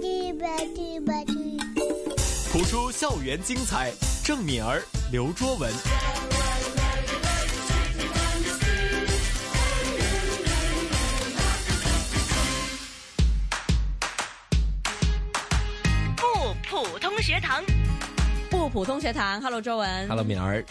去吧去吧去！谱出校园精彩，郑敏儿、刘卓文。不普通学堂，不普通学堂，Hello 周文 Hello，敏儿。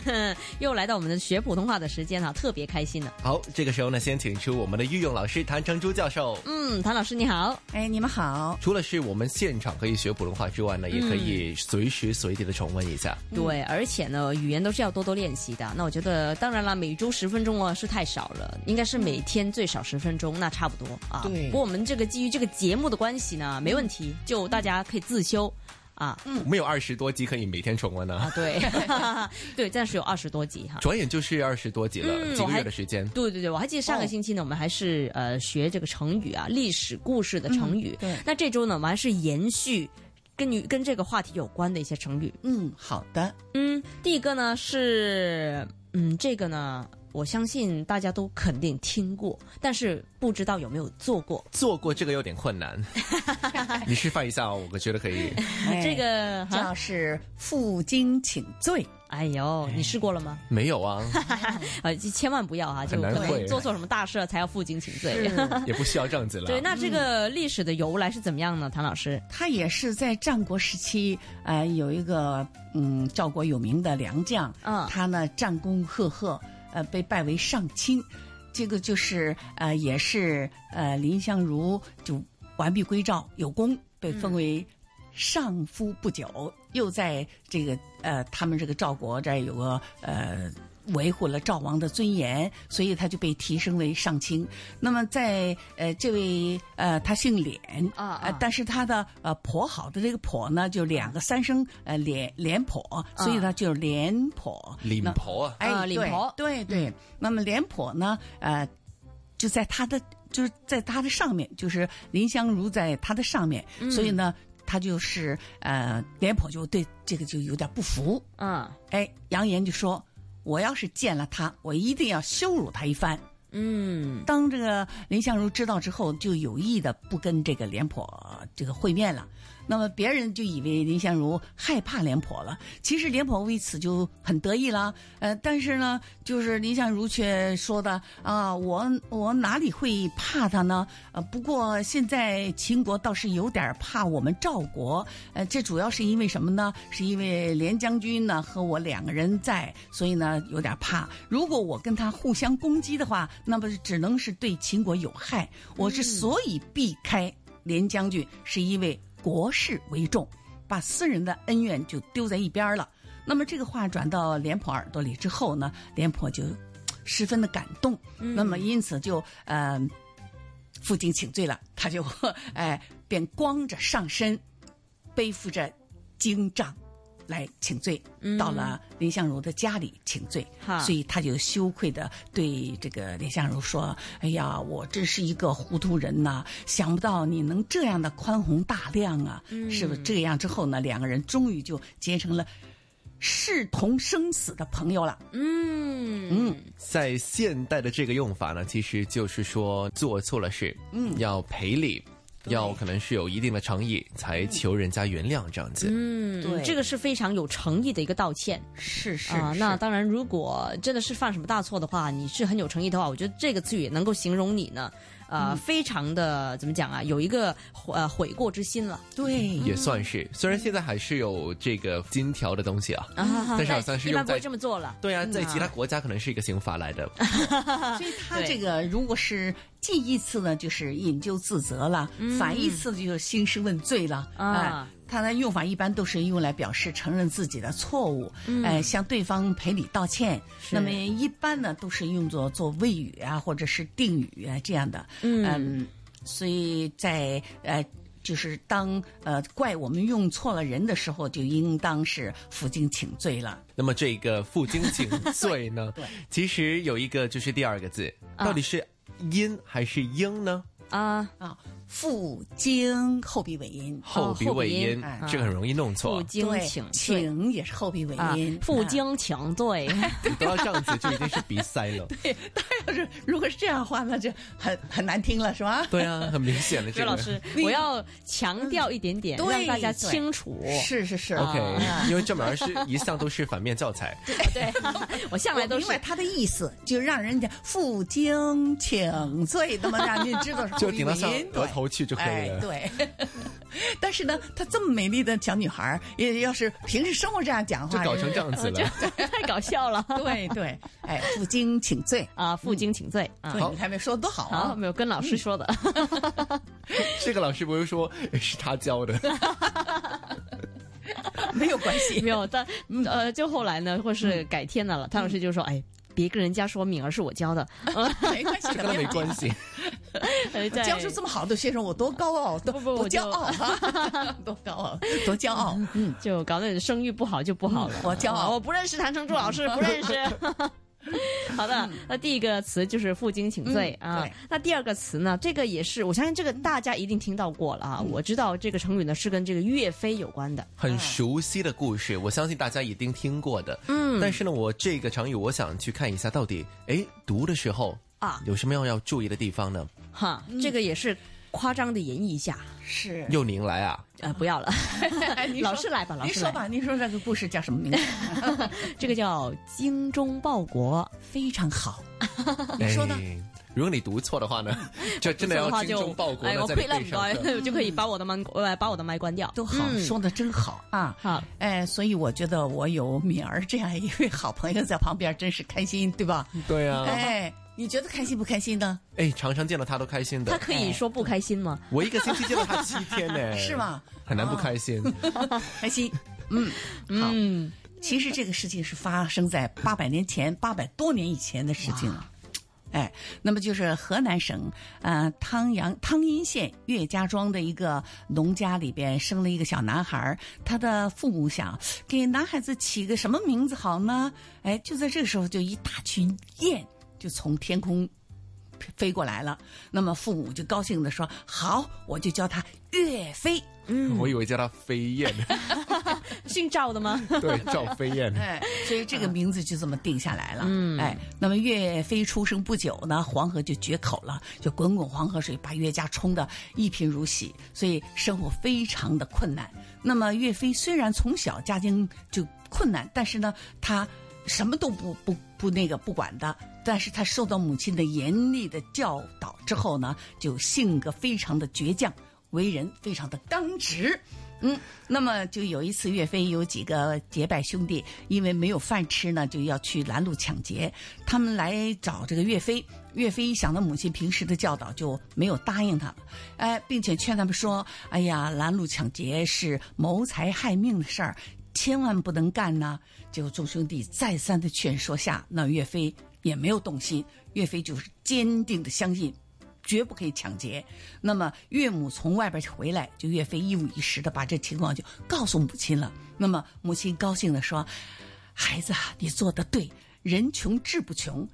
又来到我们的学普通话的时间哈，啊特别开心呢。好，这个时候呢，先请出我们的御用老师谭成珠教授。嗯，谭老师你好，哎，你们嗯好，除了是我们现场可以学普通话之外呢，也可以随时随地的重温一下。对，而且呢，语言都是要多多练习的。那我觉得，当然啦，每周十分钟啊是太少了，应该是每天最少十分钟，那差不多啊。对不过我们这个基于这个节目的关系呢，没问题，就大家可以自修啊。我们有二十多集可以每天重温呢、啊，对， 对，暂时有二十多集哈。转眼就是二十多集了，嗯几我个还月的时间。对对对，我还记得上个星期呢，我们还是呃学这个成语啊，历史故事的成语。对那这周呢，我们还是延续跟与跟这个话题有关的一些成语。嗯，好的，啊嗯，第一个呢是嗯，这个呢，我相信大家都肯定听过，但是不知道有没有做过。做过这个有点困 难，你示范一下、哦，我觉得可以。哎这个，哈叫是负荆请罪，哎呦，你试过了吗？没有啊，呃，千万不要啊，就很可难能会做错什么大事了才要负荆请罪。也不需要这样子了。对，那这个历史的由来是怎么样呢？谭老师，他也是在战国时期，呃，有一个嗯，赵国有名的良将，嗯他呢战功赫赫，呃，被拜为上卿，这个就是呃，也是呃，蔺相如就完璧归赵有功，被封为上夫不久，又在这个呃，他们这个赵国这儿有个呃。维护了赵王的尊严，所以他就被提升为上卿。那么在呃，这位呃，他姓脸啊呃啊但是他的呃颇好的这个颇呢，就两个三声呃脸脸颇，所以呢就是脸颇。脸那婆啊，啊啊哎，脸婆对对对。那么脸谱呢，呃，就在他的就是在他的上面，就是林香如在他的上面，嗯所以呢，他就是呃，脸谱就对这个就有点不服，嗯哎，扬言就说，我要是见了他，我一定要羞辱他一番。嗯。当这个林相如知道之后，就有意的不跟这个廉颇这个会面了。那么别人就以为林相如害怕廉颇了，其实廉颇为此就很得意啦。呃，但是呢，就是林相如却说的啊，我我哪里会怕他呢？呃，不过现在秦国倒是有点怕我们赵国，呃，这主要是因为什么呢？是因为廉将军呢和我两个人在，所以呢有点怕。如果我跟他互相攻击的话，那么只能是对秦国有害。我之所以避开廉将军，是因为国事为重，把私人的恩怨就丢在一边儿了。那么这个话转到廉颇耳朵里之后呢，廉颇就嘖十分的感动，那么因此就呃负荆请罪了，他就 哎便光着上身，背负着荆杖来请罪，到了林相如的家里请罪哈，所以他就羞愧的对这个林相如说：“哎呀，我真是一个糊涂人呐、想不到你能这样的宽宏大量啊！”是不是这样之后呢，两个人终于就结成了视同生死的朋友了。嗯在现代的这个用法呢，其实就是说做错了事，嗯，要赔礼，要可能是有一定的诚意才求人家原谅这样子。嗯，对这个是非常有诚意的一个道歉是是啊、那当然，如果真的是犯什么大错的话，你是很有诚意的话，我觉得这个词语能够形容你呢，呃，嗯非常的怎么讲啊，有一个呃悔过之心了对，也算是，虽然现在还是有这个金条的东西啊，啊。但是好像是一般用不在会这么做了。对啊，在嗯其他国家可能是一个刑罚来的。所以他啊对这个如果是记一次呢，就是引咎自责了；反一次就是兴师问罪了。嗯啊哎它的用法一般都是用来表示承认自己的错误，哎、向对方赔礼道歉。嗯是那么一般呢都是用作做谓语啊，或者是定语啊这样的。嗯，所以在呃。就是当呃怪我们用错了人的时候，就应当是负荆请罪了。那么这个负荆请罪呢，其实有一个就是第二个字，到底是阴还是应呢？啊，啊，腹经后鼻尾音，后鼻尾音哦后鼻音，这个很容易弄负错，啊荆对请对请啊也是后鼻尾啊音，，负啊荆请对，你都要这样子就已经是鼻塞了。要是 如果是这样的话，那就很很难听了，是吧？对啊，很明显的这 周个。老师，我要强调一点点，对让大家对清楚。是是 是啊 OK，因为郑敏儿是一向都是反面教材，对，我向来我都明是白他的意思，就让人家负荆请罪，那么让人知道是就后鼻顶尾到上音，额对。头去就可以哎了。，对。 但是呢，她这么美丽的小女孩儿，也要是平时生活这样讲就话，搞成这样子了。 太搞笑了对对，哎，负荆请罪。啊！负荆请罪啊！对，你看没说得多好好，啊！没有跟老师说的， 这个老师不是说是他教的，没有关系， 没有，但呃，就后来呢，或是改天的了，谭老师就说：“哎，别跟人家说敏儿是我教 的，没关系这的，跟他没没有关系。呃在教出这么好的学生，我多高傲，多不不多我就骄傲啊！ 多高 傲，多骄傲！嗯就搞得声誉不好就不好了。我骄傲啊我不认识谭成珠老师，不认识。 嗯好的，那第一个词就是负荆请罪、嗯啊对。那第二个词呢？这个也是，我相信这个大家一定听到过了啊。我知道这个成语呢是跟这个岳飞有关的。很熟悉的故事，我相信大家一定听过的。嗯，但是呢，我这个成语我想去看一下，到底哎读的时候啊嗯有什么样要注意的地方呢？哈，这个也是夸张的演绎一下，是，又您来啊，呃，不要了， 哎你说老师来吧老师您说吧，您说这个故事叫什么名字？ 这个叫精忠报国。 非常好，你说呢？哎如果你读错的话呢，就真的这样要话精就忠报国哎，呢，我在亏你了背很上的。 多，就可以把我的麦呃把我的麦关掉。嗯都好，说的真好啊！好，嗯哎，所以我觉得我有敏儿这样一位好朋友在旁边，真是开心，对吧？ 对啊， 哎，你觉得开心不开心呢？哎，常常见到他都开心他的。可以说不开 心吗？我一个星期见到他七天呢，是？吗？很难不开心。开心，嗯，好。嗯，其实这个事情是发生在八百年前、八百多年以前的事情了。哎，那么就是河南省呃汤阳汤阴县岳家庄的一个农家里边生了一个小男孩儿，他的父母想给男孩子起个什么名字好呢？哎，就在这个时候，就一大群雁就从天空飞过来了。那么父母就高兴的说：“好，我就叫他岳飞。” 我以为叫他飞燕，姓赵 的吗？对，赵飞燕。哎，所以这个名字就这么定下来了。嗯，哎，那么岳飞出生不久呢，黄河就决口了，就滚滚黄河水把岳家冲得一贫如洗，所以生活非常的困难。那么岳飞虽然从小家境就困难，但是呢，他什么都不不不那个不管的，但是他受到母亲的严厉的教导之后呢，就性格非常的倔强，为人非常的刚直。嗯，那么就有一次，岳飞有几个结拜兄弟，因为没有饭吃呢，就要去拦路抢劫。他们来找这个岳飞，岳飞一想到母亲平时的教导，就没有答应他们，哎，并且劝他们说：“哎呀，拦路抢劫是谋财害命的事儿，千万不能干呐、结果众兄弟再三的劝说下，那岳飞也没有动心，岳飞就是坚定的相信绝不可以抢劫。那么岳母从外边回来，就岳飞一五一十的把这情况就告诉母亲了。那么母亲高兴的说：“孩子啊，你做的对，人穷志不穷，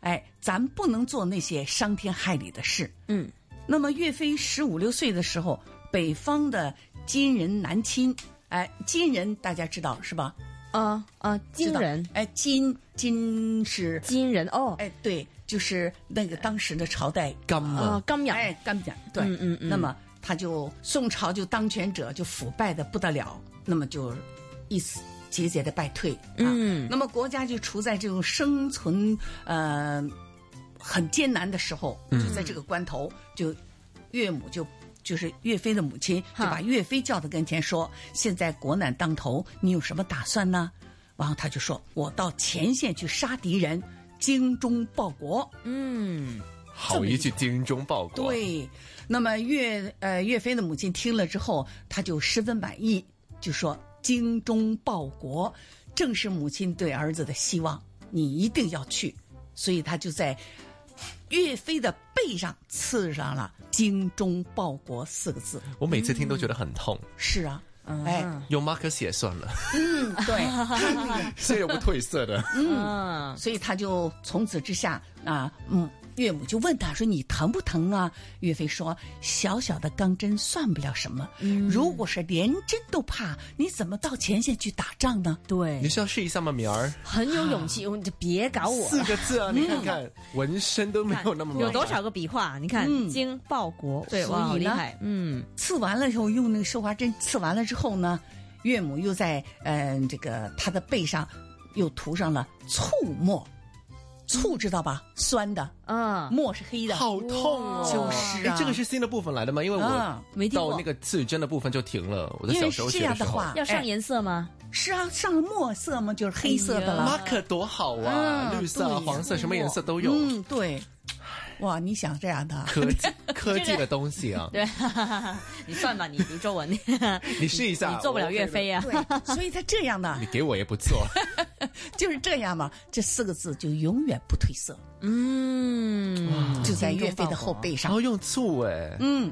哎，咱不能做那些伤天害理的事。”嗯。那么岳飞十五六岁的时候，北方的金人南侵，哎，金人大家知道是吧？哦啊啊，金知道人，哎，金金是金人哦，哎对，就是那个当时的朝代干嘛啊，？金人，哎，干不讲对，嗯嗯嗯那么他就宋朝就当权者就腐败的不得了，那么就一丝节节的败退啊。嗯那么国家就处在这种生存呃很艰难的时候，嗯就在这个关头，就岳母就。就是岳飞的母亲就哈把岳飞叫到跟前说：“现在国难当头，你有什么打算呢？”然后他就说：“我到前线去杀敌人，精忠报国。”嗯，好一句精忠报国。对，那么岳呃岳飞的母亲听了之后，她就十分满意，就说：“精忠报国，正是母亲对儿子的希望，你一定要去。”所以他就在岳飞的背上刺上了“精忠报国”四个字。我每次听都觉得很痛，是啊，哎，用 marker 写算了，嗯，对，他那个 现在有不褪色的。嗯，所以他就从此之下啊，嗯，岳母就问他说：“你疼不疼啊？”岳飞说：“小小的钢针算不了什么，嗯如果是连针都怕，你怎么到前线去打仗呢？”对你，是要试一下吗，敏儿？很有勇气，你就别搞我四了。个字啊，你看看，纹身都没有那么嗯麻烦有多少个笔画？你看，经报国，对，所以哇，好厉呢害，嗯，刺完了以后，用那个绣花针刺完了之后呢，岳母又在嗯、这个他的背上又涂上了醋墨，醋知道吧？酸的，啊，嗯墨是黑的，好痛哦！就是啊哎这个是新的部分来的吗？因为我啊没听到过那个刺针的部分就停了。我在因小为时是候这学的样时的候，话，要上哎颜色吗？是啊，上了墨色嘛，就是黑色的哎了呀。 marker 多好啊，嗯绿色啊、对黄色，什么颜色都有。嗯，对，哇，你想这样的啊，科技科技的东西啊，对，你算吧，你你皱纹，你你试哎 一下，做不了我岳飞啊。对，所以他这 样的你给我也不错。就是这样嘛，这四个字就永远不褪色，啊嗯，就在岳飞的后背然上后。用醋哎，嗯，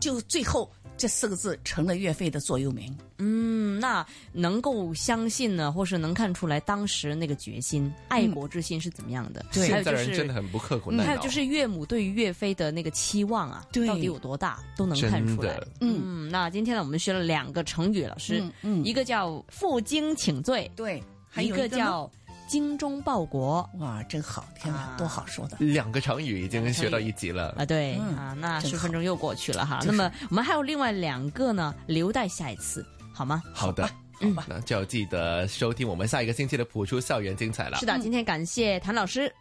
就最后这四个字成了岳飞的座右铭。嗯，那能够相信呢，或是能看出来当时那个决心、嗯爱国之心是怎么样的？对还现有在就人真的是。嗯很不刻苦耐劳。还有就是岳母对于岳飞的那个期望啊，对到底有多大，都能看真出来的。，嗯嗯，那今天呢，我们学了两个成语，老师，嗯嗯一个叫“负荆请罪”，对，还一有个呢叫“精忠报国哇，真好，天哪，啊多好说的。两个成语已经学到一级”啊，了。对、嗯啊，那真十好分钟又过去了哈。就是那么我们还有另外两个呢，留待下一次好吗？好的，嗯那就要记得收听我们下一个星期的《普出校园精彩》了嗯是。的，今天感谢谭老师，